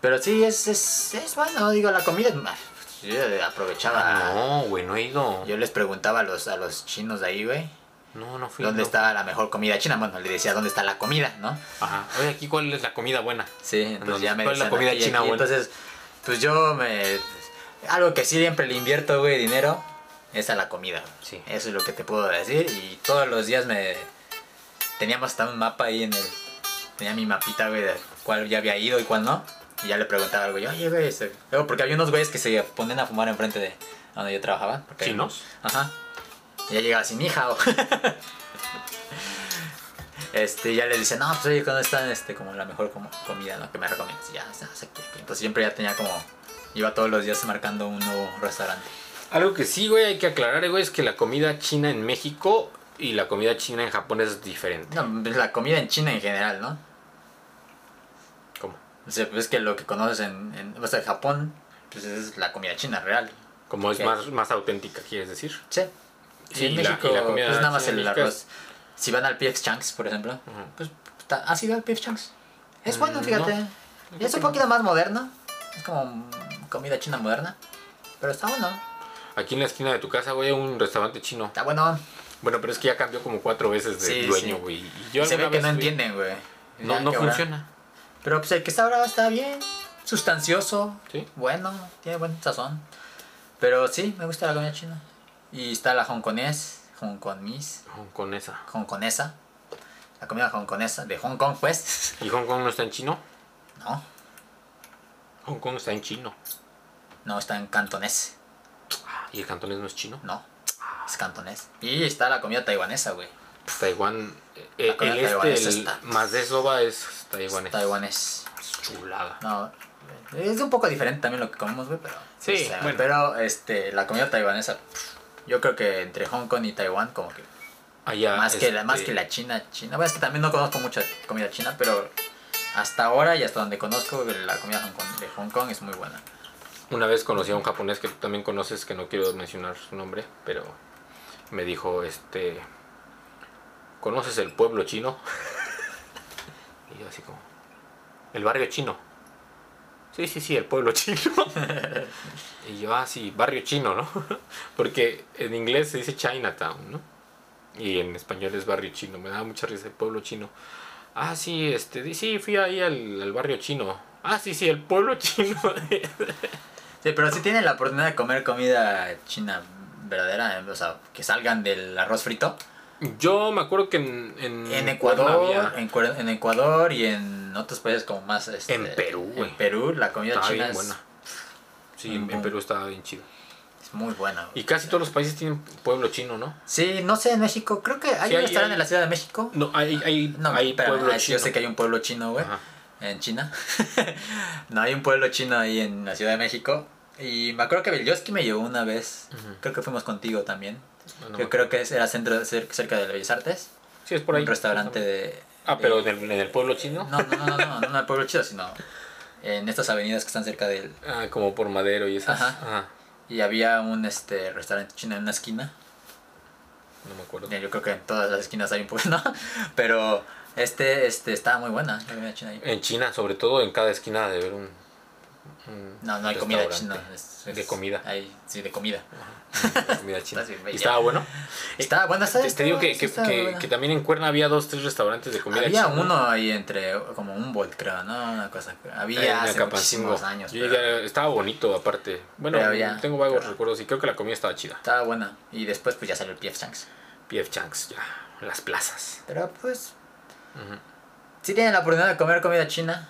[SPEAKER 1] Pero sí, es, es, es bueno, digo, la comida, ah, yo aprovechaba...
[SPEAKER 2] Ah, no, güey, no he ido.
[SPEAKER 1] Yo les preguntaba a los, a los chinos de ahí, güey,
[SPEAKER 2] No, no fui.
[SPEAKER 1] dónde
[SPEAKER 2] no.
[SPEAKER 1] estaba la mejor comida china. Bueno, le decía dónde está la comida, ¿no?
[SPEAKER 2] Ajá. Oye, aquí cuál es la comida buena.
[SPEAKER 1] Sí, entonces
[SPEAKER 2] Entonces,
[SPEAKER 1] ya me
[SPEAKER 2] ¿cuál es la
[SPEAKER 1] decían,
[SPEAKER 2] comida
[SPEAKER 1] "Aquí,
[SPEAKER 2] china
[SPEAKER 1] aquí".
[SPEAKER 2] buena?
[SPEAKER 1] Entonces, pues yo me... Algo que sí siempre le invierto, güey, dinero, es a la comida.
[SPEAKER 2] Sí.
[SPEAKER 1] Eso es lo que te puedo decir. Y todos los días me... Teníamos hasta un mapa ahí en el. Tenía mi mapita, güey, de cuál ya había ido y cuál no. Y ya le preguntaba algo, yo, oye, güey, este- luego, porque había unos güeyes que se ponen a fumar enfrente de donde yo trabajaba. Porque,
[SPEAKER 2] ¿Chinos?
[SPEAKER 1] Ajá. Y ya llegaba sin hija, Este, ya les dice, no, pues oye, ¿cuándo están este, como la mejor como, comida, ¿no? Que me recomiendas. Y ya, o sea, se- entonces siempre ya tenía como, iba todos los días marcando un nuevo restaurante.
[SPEAKER 2] Algo que sí, güey, hay que aclarar, güey, es que la comida china en México y la comida china en Japón es diferente.
[SPEAKER 1] No, pues, la comida en China en general, ¿no?
[SPEAKER 2] ¿Cómo?
[SPEAKER 1] O sea, pues es que lo que conoces en, en o sea, Japón, pues es la comida china real.
[SPEAKER 2] Como es
[SPEAKER 1] Ok.
[SPEAKER 2] más, más auténtica, quieres decir.
[SPEAKER 1] Sí.
[SPEAKER 2] Sí,
[SPEAKER 1] Sí, en
[SPEAKER 2] y la-
[SPEAKER 1] México,
[SPEAKER 2] y la comida
[SPEAKER 1] pues nada más
[SPEAKER 2] china
[SPEAKER 1] el
[SPEAKER 2] mexicana.
[SPEAKER 1] arroz. Si van al PF Changs, por ejemplo,
[SPEAKER 2] Ujú.
[SPEAKER 1] pues ta- ¿has ido al PF Changs? Es
[SPEAKER 2] Mm,
[SPEAKER 1] bueno,
[SPEAKER 2] no.
[SPEAKER 1] fíjate.
[SPEAKER 2] creo
[SPEAKER 1] Es
[SPEAKER 2] que
[SPEAKER 1] un
[SPEAKER 2] no.
[SPEAKER 1] poquito más moderno. Es como mm, comida china moderna. Pero está bueno.
[SPEAKER 2] Aquí en la esquina de tu casa, güey, hay un restaurante chino.
[SPEAKER 1] Está bueno.
[SPEAKER 2] Bueno, pero es que ya cambió como cuatro veces de
[SPEAKER 1] Sí,
[SPEAKER 2] dueño,
[SPEAKER 1] sí.
[SPEAKER 2] güey. Y
[SPEAKER 1] Y se
[SPEAKER 2] alguna
[SPEAKER 1] ve que
[SPEAKER 2] vez
[SPEAKER 1] no
[SPEAKER 2] fui.
[SPEAKER 1] entienden, güey.
[SPEAKER 2] No,
[SPEAKER 1] Ya
[SPEAKER 2] no
[SPEAKER 1] que ahora-
[SPEAKER 2] funciona.
[SPEAKER 1] Pero pues el que está ahora está bien. Sustancioso.
[SPEAKER 2] Sí.
[SPEAKER 1] Bueno, tiene buen sazón. Pero sí, me gusta la comida china. Y está la hongkonés, hongkonés,
[SPEAKER 2] Con esa.
[SPEAKER 1] hongkonesa. La comida hongkonesa de Hong Kong, pues.
[SPEAKER 2] ¿Y Hong Kong no está en chino?
[SPEAKER 1] No,
[SPEAKER 2] Hong Kong está en chino.
[SPEAKER 1] no está en cantonés. Ah.
[SPEAKER 2] ¿Y el cantonés no es chino?
[SPEAKER 1] No, es cantonés. Y está la comida taiwanesa, güey.
[SPEAKER 2] Taiwán. eh,
[SPEAKER 1] La comida
[SPEAKER 2] el este,
[SPEAKER 1] taiwanesa
[SPEAKER 2] el
[SPEAKER 1] está-
[SPEAKER 2] más de soba es taiwanés.
[SPEAKER 1] Taiwanés.
[SPEAKER 2] Es Chulada.
[SPEAKER 1] No, es un poco diferente también lo que comemos, güey, pero.
[SPEAKER 2] Sí, bueno.
[SPEAKER 1] Pero este, la comida taiwanesa, pff, yo creo que entre Hong Kong y Taiwán, como que.
[SPEAKER 2] Allá,
[SPEAKER 1] Más, que la, más
[SPEAKER 2] este,
[SPEAKER 1] que la china, china. Bueno, es que también no conozco mucha comida china, pero hasta ahora y hasta donde conozco, la comida Hong Kong- de Hong Kong es muy buena.
[SPEAKER 2] Una vez conocí a un japonés que tú también conoces, que no quiero mencionar su nombre, pero me dijo, este, ¿conoces el pueblo chino? Y yo así como, ¿el barrio chino? Sí, sí, sí, el pueblo chino. Y yo, ah, sí, barrio chino, ¿no? Porque en inglés se dice Chinatown, ¿no? Y en español es barrio chino, me daba mucha risa el pueblo chino. Ah, sí, este, di- sí, fui ahí al, al barrio chino. Ah, sí, sí, el pueblo chino.
[SPEAKER 1] Sí, pero si tienen la oportunidad de comer comida china verdadera, eh, o sea, que salgan del arroz frito.
[SPEAKER 2] Yo me acuerdo que en, en,
[SPEAKER 1] En
[SPEAKER 2] Puebla
[SPEAKER 1] Ecuador,
[SPEAKER 2] había-
[SPEAKER 1] en, Cuer- en Ecuador y en otros países como más... este,
[SPEAKER 2] En Perú, güey.
[SPEAKER 1] En Perú la comida
[SPEAKER 2] estaba
[SPEAKER 1] china
[SPEAKER 2] bien
[SPEAKER 1] es,
[SPEAKER 2] buena. Sí,
[SPEAKER 1] Mm,
[SPEAKER 2] en, en
[SPEAKER 1] bueno.
[SPEAKER 2] Perú estaba bien chido.
[SPEAKER 1] es muy buena. güey.
[SPEAKER 2] Y casi todos los países tienen pueblo chino, ¿no?
[SPEAKER 1] Sí, no sé, en México, creo que hay
[SPEAKER 2] Sí,
[SPEAKER 1] un
[SPEAKER 2] hay-
[SPEAKER 1] restaurante
[SPEAKER 2] hay-
[SPEAKER 1] en la Ciudad de México.
[SPEAKER 2] No, hay, hay,
[SPEAKER 1] No,
[SPEAKER 2] hay
[SPEAKER 1] espérame,
[SPEAKER 2] pueblo
[SPEAKER 1] ah, sí,
[SPEAKER 2] chino.
[SPEAKER 1] yo sé que hay ¿eh? un pueblo chino, güey.
[SPEAKER 2] Ajá.
[SPEAKER 1] en China. no, hay un pueblo chino ahí en la Ciudad de México. Y me acuerdo que Belyoski me llevó una vez.
[SPEAKER 2] Ujú.
[SPEAKER 1] Creo que fuimos contigo también.
[SPEAKER 2] No, no me
[SPEAKER 1] Yo creo que era centro, cer- cerca de Bellas Artes.
[SPEAKER 2] Sí, es por ahí.
[SPEAKER 1] Un restaurante de...
[SPEAKER 2] Ah, pero
[SPEAKER 1] de-
[SPEAKER 2] en el, en el pueblo chino.
[SPEAKER 1] No, no, no, no, no, no en el pueblo chino, sino en estas avenidas que están cerca de él.
[SPEAKER 2] Ah, como por madero y esas.
[SPEAKER 1] Ajá.
[SPEAKER 2] Ajá.
[SPEAKER 1] Y había un este restaurante chino en una esquina.
[SPEAKER 2] No me acuerdo.
[SPEAKER 1] Yo creo que en todas las esquinas hay un pueblo, ¿no? Pero este, este, estaba muy buena la comida china ahí.
[SPEAKER 2] En China, sobre todo, en cada esquina de ver un. un
[SPEAKER 1] No, no hay comida china.
[SPEAKER 2] restaurante
[SPEAKER 1] es- es-
[SPEAKER 2] de comida. Eh,
[SPEAKER 1] hay- sí, de comida.
[SPEAKER 2] de comida china.
[SPEAKER 1] Estás bien bella.
[SPEAKER 2] ¿Y estaba bueno?
[SPEAKER 1] Estaba buena,
[SPEAKER 2] Te,
[SPEAKER 1] ¿sabes?
[SPEAKER 2] te digo que,
[SPEAKER 1] Sí,
[SPEAKER 2] que-
[SPEAKER 1] estaba
[SPEAKER 2] que-
[SPEAKER 1] buena.
[SPEAKER 2] que también en Cuerna había dos, tres restaurantes de comida
[SPEAKER 1] Había
[SPEAKER 2] china.
[SPEAKER 1] uno ahí entre, como un volt, creo, ¿no? Una cosa. Había
[SPEAKER 2] en
[SPEAKER 1] hace
[SPEAKER 2] Acapancingo.
[SPEAKER 1] muchísimos años.
[SPEAKER 2] Yo
[SPEAKER 1] pero
[SPEAKER 2] llegué- estaba bonito aparte. Bueno,
[SPEAKER 1] Pero ya,
[SPEAKER 2] tengo vagos
[SPEAKER 1] pero-
[SPEAKER 2] recuerdos y creo que la comida estaba chida.
[SPEAKER 1] Estaba buena. Y después, pues ya salió el PF Changs.
[SPEAKER 2] PF Changs, ya, las plazas.
[SPEAKER 1] Pero pues,
[SPEAKER 2] Ujú.
[SPEAKER 1] si tienen la oportunidad de comer comida china.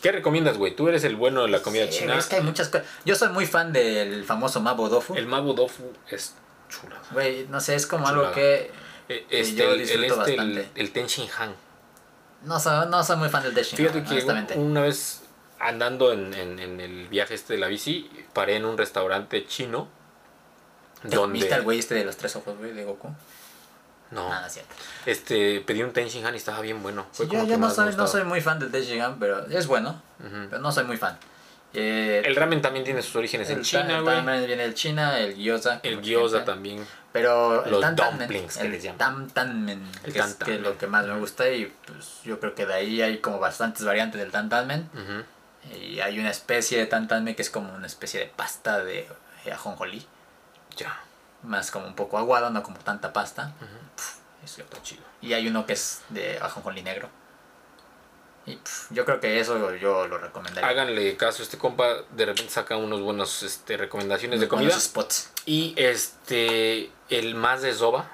[SPEAKER 2] ¿Qué recomiendas, güey? Tú eres el bueno de la comida
[SPEAKER 1] Sí,
[SPEAKER 2] china.
[SPEAKER 1] Es que hay muchas cosas. Yo soy muy fan del famoso Mabo Dofu.
[SPEAKER 2] El Mabu Dofu es chulo.
[SPEAKER 1] Güey, no sé, es como
[SPEAKER 2] Chulada.
[SPEAKER 1] algo que.
[SPEAKER 2] Eh,
[SPEAKER 1] Sí,
[SPEAKER 2] Este,
[SPEAKER 1] yo
[SPEAKER 2] el, el,
[SPEAKER 1] disfruto
[SPEAKER 2] este, el-
[SPEAKER 1] bastante.
[SPEAKER 2] el Ten Shin Han.
[SPEAKER 1] No soy, no soy muy fan del Deshin.
[SPEAKER 2] Fíjate que
[SPEAKER 1] honestamente.
[SPEAKER 2] un- una vez andando en, en- en el viaje este de la bici, paré en un restaurante chino.
[SPEAKER 1] ¿Viste al
[SPEAKER 2] Donde,
[SPEAKER 1] güey este de los tres ojos, güey, de Goku?
[SPEAKER 2] no,
[SPEAKER 1] Nada, cierto.
[SPEAKER 2] este, pedí un Ten Shin Han y estaba bien bueno. Fue
[SPEAKER 1] Sí,
[SPEAKER 2] como
[SPEAKER 1] yo
[SPEAKER 2] que
[SPEAKER 1] yo no,
[SPEAKER 2] más me
[SPEAKER 1] soy, no
[SPEAKER 2] gustaba.
[SPEAKER 1] soy muy fan del Deshin, pero es bueno.
[SPEAKER 2] Ujú.
[SPEAKER 1] Pero no soy muy fan. Eh,
[SPEAKER 2] El ramen también tiene sus orígenes en
[SPEAKER 1] el
[SPEAKER 2] China,
[SPEAKER 1] ta-
[SPEAKER 2] güey.
[SPEAKER 1] también viene el China, el gyoza.
[SPEAKER 2] El
[SPEAKER 1] por
[SPEAKER 2] gyoza
[SPEAKER 1] ejemplo.
[SPEAKER 2] también.
[SPEAKER 1] Pero el
[SPEAKER 2] Los
[SPEAKER 1] tam tam men,
[SPEAKER 2] dumplings que
[SPEAKER 1] el
[SPEAKER 2] les llaman.
[SPEAKER 1] tam tam men,
[SPEAKER 2] El
[SPEAKER 1] que es
[SPEAKER 2] tam tam
[SPEAKER 1] que es
[SPEAKER 2] men.
[SPEAKER 1] lo que más me gusta y pues yo creo que de ahí hay como bastantes variantes del tam tam men.
[SPEAKER 2] Ujú.
[SPEAKER 1] Y hay una especie de tam tam men que es como una especie de pasta de eh, ajonjolí,
[SPEAKER 2] Ya.
[SPEAKER 1] más como un poco aguado, no como tanta pasta.
[SPEAKER 2] Eso está chido.
[SPEAKER 1] Y hay uno que es de ajonjolí negro. Y pf, yo creo que eso yo lo recomendaría.
[SPEAKER 2] Háganle caso, este compa de repente saca unos buenos este, recomendaciones de
[SPEAKER 1] Con
[SPEAKER 2] comida.
[SPEAKER 1] los spots.
[SPEAKER 2] Y este, el más de soba.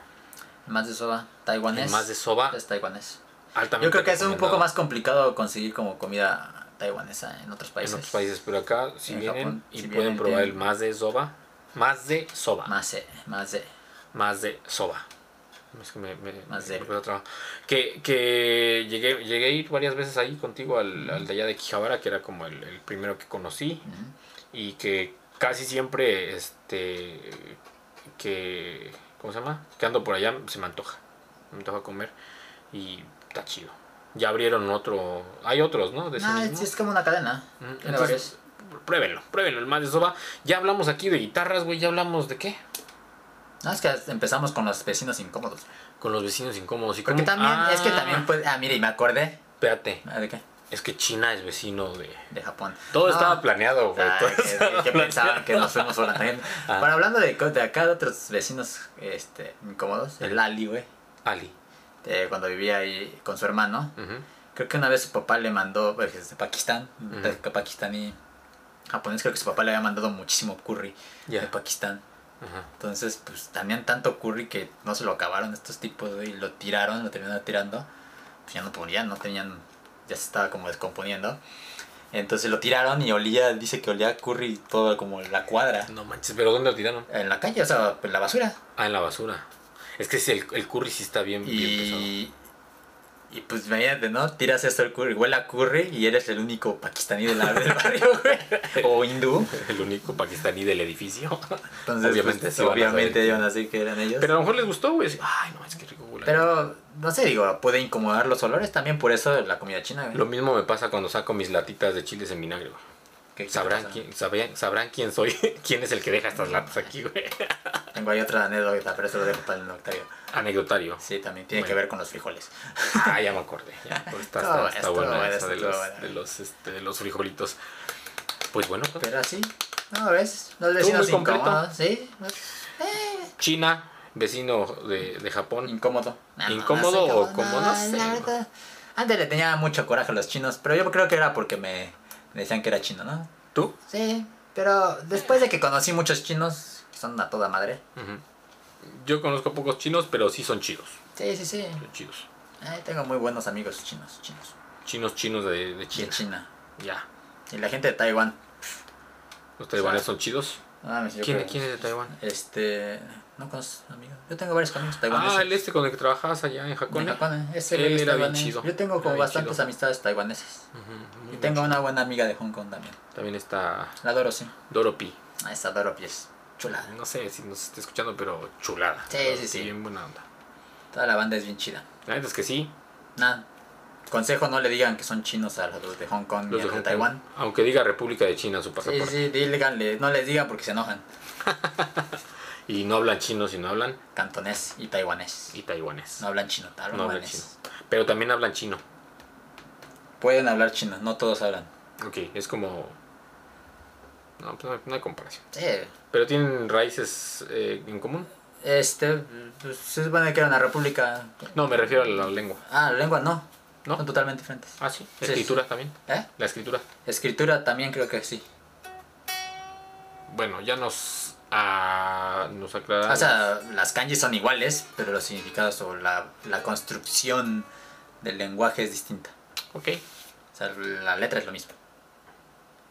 [SPEAKER 1] Más de soba, taiwanés.
[SPEAKER 2] Más de soba,
[SPEAKER 1] Es taiwanés.
[SPEAKER 2] altamente
[SPEAKER 1] Pues, Yo creo que es un poco
[SPEAKER 2] recomendado
[SPEAKER 1] más complicado conseguir como comida taiwanesa en otros países.
[SPEAKER 2] en otros países, pero acá si
[SPEAKER 1] En
[SPEAKER 2] vienen
[SPEAKER 1] Japón,
[SPEAKER 2] y
[SPEAKER 1] si
[SPEAKER 2] pueden
[SPEAKER 1] vienen,
[SPEAKER 2] probar el
[SPEAKER 1] tienen-
[SPEAKER 2] más de soba, más de soba, más,
[SPEAKER 1] Más, eh, más de.
[SPEAKER 2] de soba. Es que me, me,
[SPEAKER 1] Más
[SPEAKER 2] me
[SPEAKER 1] de-
[SPEAKER 2] cuesta trabajo. Que, que llegué, llegué a ir varias veces ahí contigo al, al de allá de Quijabara, que era como el, el primero que conocí. y que casi siempre este que ¿cómo se llama? que ando por allá se me antoja me antoja comer y está chido ya abrieron otro hay otros ¿no? de ese
[SPEAKER 1] Ah,
[SPEAKER 2] mismo.
[SPEAKER 1] es, es como una cadena.
[SPEAKER 2] Ujú,
[SPEAKER 1] Tiene
[SPEAKER 2] entonces,
[SPEAKER 1] varios.
[SPEAKER 2] pruébenlo pruébenlo el más de soba ya hablamos aquí de guitarras güey ya hablamos de qué
[SPEAKER 1] No, es que empezamos con los vecinos incómodos.
[SPEAKER 2] con los vecinos incómodos y
[SPEAKER 1] Porque
[SPEAKER 2] cómo-
[SPEAKER 1] también, es que
[SPEAKER 2] Ah,
[SPEAKER 1] también puede. Ah, mire, y me acordé.
[SPEAKER 2] espérate
[SPEAKER 1] Ah, ¿De qué?
[SPEAKER 2] es que China es vecino de
[SPEAKER 1] De Japón.
[SPEAKER 2] todo
[SPEAKER 1] No,
[SPEAKER 2] estaba planeado güey
[SPEAKER 1] ah,
[SPEAKER 2] todo
[SPEAKER 1] que-
[SPEAKER 2] estaba
[SPEAKER 1] que, que
[SPEAKER 2] planeado.
[SPEAKER 1] pensaban que nos fuimos por la tangente.
[SPEAKER 2] pues, Ah.
[SPEAKER 1] Bueno, hablando de, co- de acá, de otros vecinos este, incómodos, el Ali, güey,
[SPEAKER 2] Ah, Ali
[SPEAKER 1] eh, cuando vivía ahí con su hermano,
[SPEAKER 2] Ujú.
[SPEAKER 1] creo que una vez su papá le mandó, porque es de Pakistán,
[SPEAKER 2] Ujú.
[SPEAKER 1] de pakistaní japonés, creo que su papá le había mandado muchísimo curry
[SPEAKER 2] Ya.
[SPEAKER 1] de Pakistán.
[SPEAKER 2] Ajá.
[SPEAKER 1] Entonces, pues tenían tanto curry que no se lo acabaron estos tipos, güey, y lo tiraron, lo terminaron tirando. Pues ya no ponían, no tenían, ya se estaba como descomponiendo. Entonces lo tiraron y olía, dice que olía a curry todo como la cuadra.
[SPEAKER 2] no manches pero ¿dónde lo tiraron?
[SPEAKER 1] En la calle, o sea, en la basura.
[SPEAKER 2] Ah, en la basura. Es que sí, el, el curry sí está bien, bien pesado.
[SPEAKER 1] Y, y pues imagínate, ¿no? Tiras esto al curry, huele a curry y eres el único pakistaní del, del barrio, güey. O hindú.
[SPEAKER 2] El único pakistaní del edificio.
[SPEAKER 1] Entonces,
[SPEAKER 2] Obviamente
[SPEAKER 1] obviamente,
[SPEAKER 2] sí van a
[SPEAKER 1] obviamente
[SPEAKER 2] saber.
[SPEAKER 1] iban así que eran ellos.
[SPEAKER 2] Pero a lo mejor les gustó, güey. Ay, no, es que rico, güey.
[SPEAKER 1] Pero, no sé, digo, puede incomodar los olores también, por eso la comida china. güey.
[SPEAKER 2] Lo mismo me pasa cuando saco mis latitas de chiles en vinagre, güey.
[SPEAKER 1] ¿Qué- qué te
[SPEAKER 2] Sabrán
[SPEAKER 1] pasa?
[SPEAKER 2] quién, sabrían- sabrán quién soy, quién es el que deja estas latas aquí, güey.
[SPEAKER 1] Tengo ahí otra anécdota, pero eso lo dejo para el noctario.
[SPEAKER 2] Anecdotario.
[SPEAKER 1] Sí, también tiene que
[SPEAKER 2] Bueno.
[SPEAKER 1] ver con los frijoles.
[SPEAKER 2] Ah, ya me acordé. ya me acordé.
[SPEAKER 1] Estuvo
[SPEAKER 2] Está, está,
[SPEAKER 1] buena,
[SPEAKER 2] está
[SPEAKER 1] estuvo
[SPEAKER 2] buena
[SPEAKER 1] buena,
[SPEAKER 2] esa de
[SPEAKER 1] estuvo
[SPEAKER 2] los,
[SPEAKER 1] buena.
[SPEAKER 2] de los, este, de los frijolitos. Pues bueno, pues,
[SPEAKER 1] Pero así, ¿no ves? Los vecinos
[SPEAKER 2] muy completo.
[SPEAKER 1] incómodos, ¿sí? Eh,
[SPEAKER 2] China, vecino de, de Japón.
[SPEAKER 1] incómodo. No, no,
[SPEAKER 2] ¿Incómodo
[SPEAKER 1] no sé
[SPEAKER 2] o
[SPEAKER 1] cómo,
[SPEAKER 2] cómo? No sé,
[SPEAKER 1] la
[SPEAKER 2] güey.
[SPEAKER 1] verdad. Antes le tenía mucho coraje a los chinos, pero yo creo que era porque me, me decían que era chino, ¿no?
[SPEAKER 2] ¿Tú?
[SPEAKER 1] Sí, pero después de que conocí muchos chinos, que son a toda madre.
[SPEAKER 2] Ujú. Yo conozco pocos chinos, pero sí son chidos.
[SPEAKER 1] Sí, sí, sí.
[SPEAKER 2] Son chidos.
[SPEAKER 1] Ay, tengo muy buenos amigos chinos, chinos.
[SPEAKER 2] chinos chinos de, de
[SPEAKER 1] De
[SPEAKER 2] China.
[SPEAKER 1] China.
[SPEAKER 2] Ya.
[SPEAKER 1] Y la gente de Taiwán.
[SPEAKER 2] Los taiwaneses son chidos.
[SPEAKER 1] No mames, yo
[SPEAKER 2] ¿Quién,
[SPEAKER 1] creo-
[SPEAKER 2] quién es de Taiwán?
[SPEAKER 1] Este. No conoces amigos. Yo tengo varios amigos taiwaneses.
[SPEAKER 2] Ah, el este con el que trabajabas allá en
[SPEAKER 1] De
[SPEAKER 2] Hakone.
[SPEAKER 1] Japón, ¿eh? Ese
[SPEAKER 2] Él
[SPEAKER 1] güey es
[SPEAKER 2] era bien
[SPEAKER 1] taiwanés.
[SPEAKER 2] chido.
[SPEAKER 1] Yo tengo
[SPEAKER 2] Era
[SPEAKER 1] como
[SPEAKER 2] bien
[SPEAKER 1] bastantes
[SPEAKER 2] chido.
[SPEAKER 1] amistades taiwaneses.
[SPEAKER 2] Ujú, muy
[SPEAKER 1] Y
[SPEAKER 2] bien
[SPEAKER 1] tengo
[SPEAKER 2] chido.
[SPEAKER 1] una buena amiga de Hong Kong también.
[SPEAKER 2] También está
[SPEAKER 1] La adoro, sí.
[SPEAKER 2] Doropi.
[SPEAKER 1] Ah, esa adoro pies. Chula.
[SPEAKER 2] No sé si nos está escuchando, pero chulada.
[SPEAKER 1] Sí, sí, sí.
[SPEAKER 2] Bien buena onda.
[SPEAKER 1] Toda la banda es bien chida.
[SPEAKER 2] La neta es que sí.
[SPEAKER 1] Nada. Consejo, no le digan que son chinos a los de Hong Kong y
[SPEAKER 2] Los
[SPEAKER 1] a
[SPEAKER 2] de
[SPEAKER 1] los de
[SPEAKER 2] Hong
[SPEAKER 1] Taiwán.
[SPEAKER 2] Kong, Aunque diga República de China en su
[SPEAKER 1] Sí,
[SPEAKER 2] pasaporte.
[SPEAKER 1] sí, díganle, no les digan porque se enojan.
[SPEAKER 2] Y no hablan chino, sino hablan
[SPEAKER 1] Cantonés y taiwanés.
[SPEAKER 2] y taiwanés.
[SPEAKER 1] No hablan chino, hablan
[SPEAKER 2] No hablan chino.
[SPEAKER 1] guanés.
[SPEAKER 2] Pero también hablan chino.
[SPEAKER 1] Pueden hablar chino, no todos hablan.
[SPEAKER 2] Ok, es como. No, pues no hay- no hay comparación.
[SPEAKER 1] Sí,
[SPEAKER 2] Pero tienen raíces eh, en común.
[SPEAKER 1] Este, pues, se supone que era una república.
[SPEAKER 2] No, me refiero a la lengua.
[SPEAKER 1] Ah, la lengua no.
[SPEAKER 2] ¿No?
[SPEAKER 1] Son totalmente diferentes.
[SPEAKER 2] Ah, sí.
[SPEAKER 1] Sí,
[SPEAKER 2] Escritura también.
[SPEAKER 1] ¿Eh?
[SPEAKER 2] La escritura.
[SPEAKER 1] Escritura también creo que sí.
[SPEAKER 2] Bueno, ya nos, ah, nos aclaramos.
[SPEAKER 1] O sea, las kanjis son iguales, pero los significados o la, la construcción del lenguaje es distinta.
[SPEAKER 2] ok.
[SPEAKER 1] O sea, la letra es lo mismo.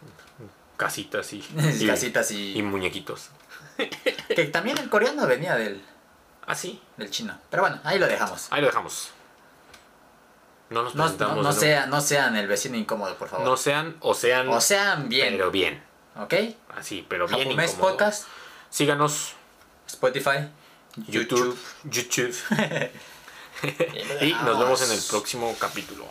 [SPEAKER 2] Casitas y, y-
[SPEAKER 1] Casitas y...
[SPEAKER 2] y muñequitos.
[SPEAKER 1] Que también el coreano venía del,
[SPEAKER 2] Ah, sí.
[SPEAKER 1] del chino. Pero bueno, ahí lo dejamos.
[SPEAKER 2] Ahí lo dejamos. No nos
[SPEAKER 1] No,
[SPEAKER 2] presentamos.
[SPEAKER 1] no, no
[SPEAKER 2] de nuevo.
[SPEAKER 1] sea, no sean el vecino incómodo, por favor.
[SPEAKER 2] No sean o sean,
[SPEAKER 1] O sean bien,
[SPEAKER 2] pero bien.
[SPEAKER 1] ¿ok?
[SPEAKER 2] Así, pero bien
[SPEAKER 1] Japonés
[SPEAKER 2] incómodo.
[SPEAKER 1] Podcast,
[SPEAKER 2] Síganos.
[SPEAKER 1] Spotify,
[SPEAKER 2] YouTube. YouTube.
[SPEAKER 1] YouTube. Ah,
[SPEAKER 2] y nos vemos en el próximo capítulo.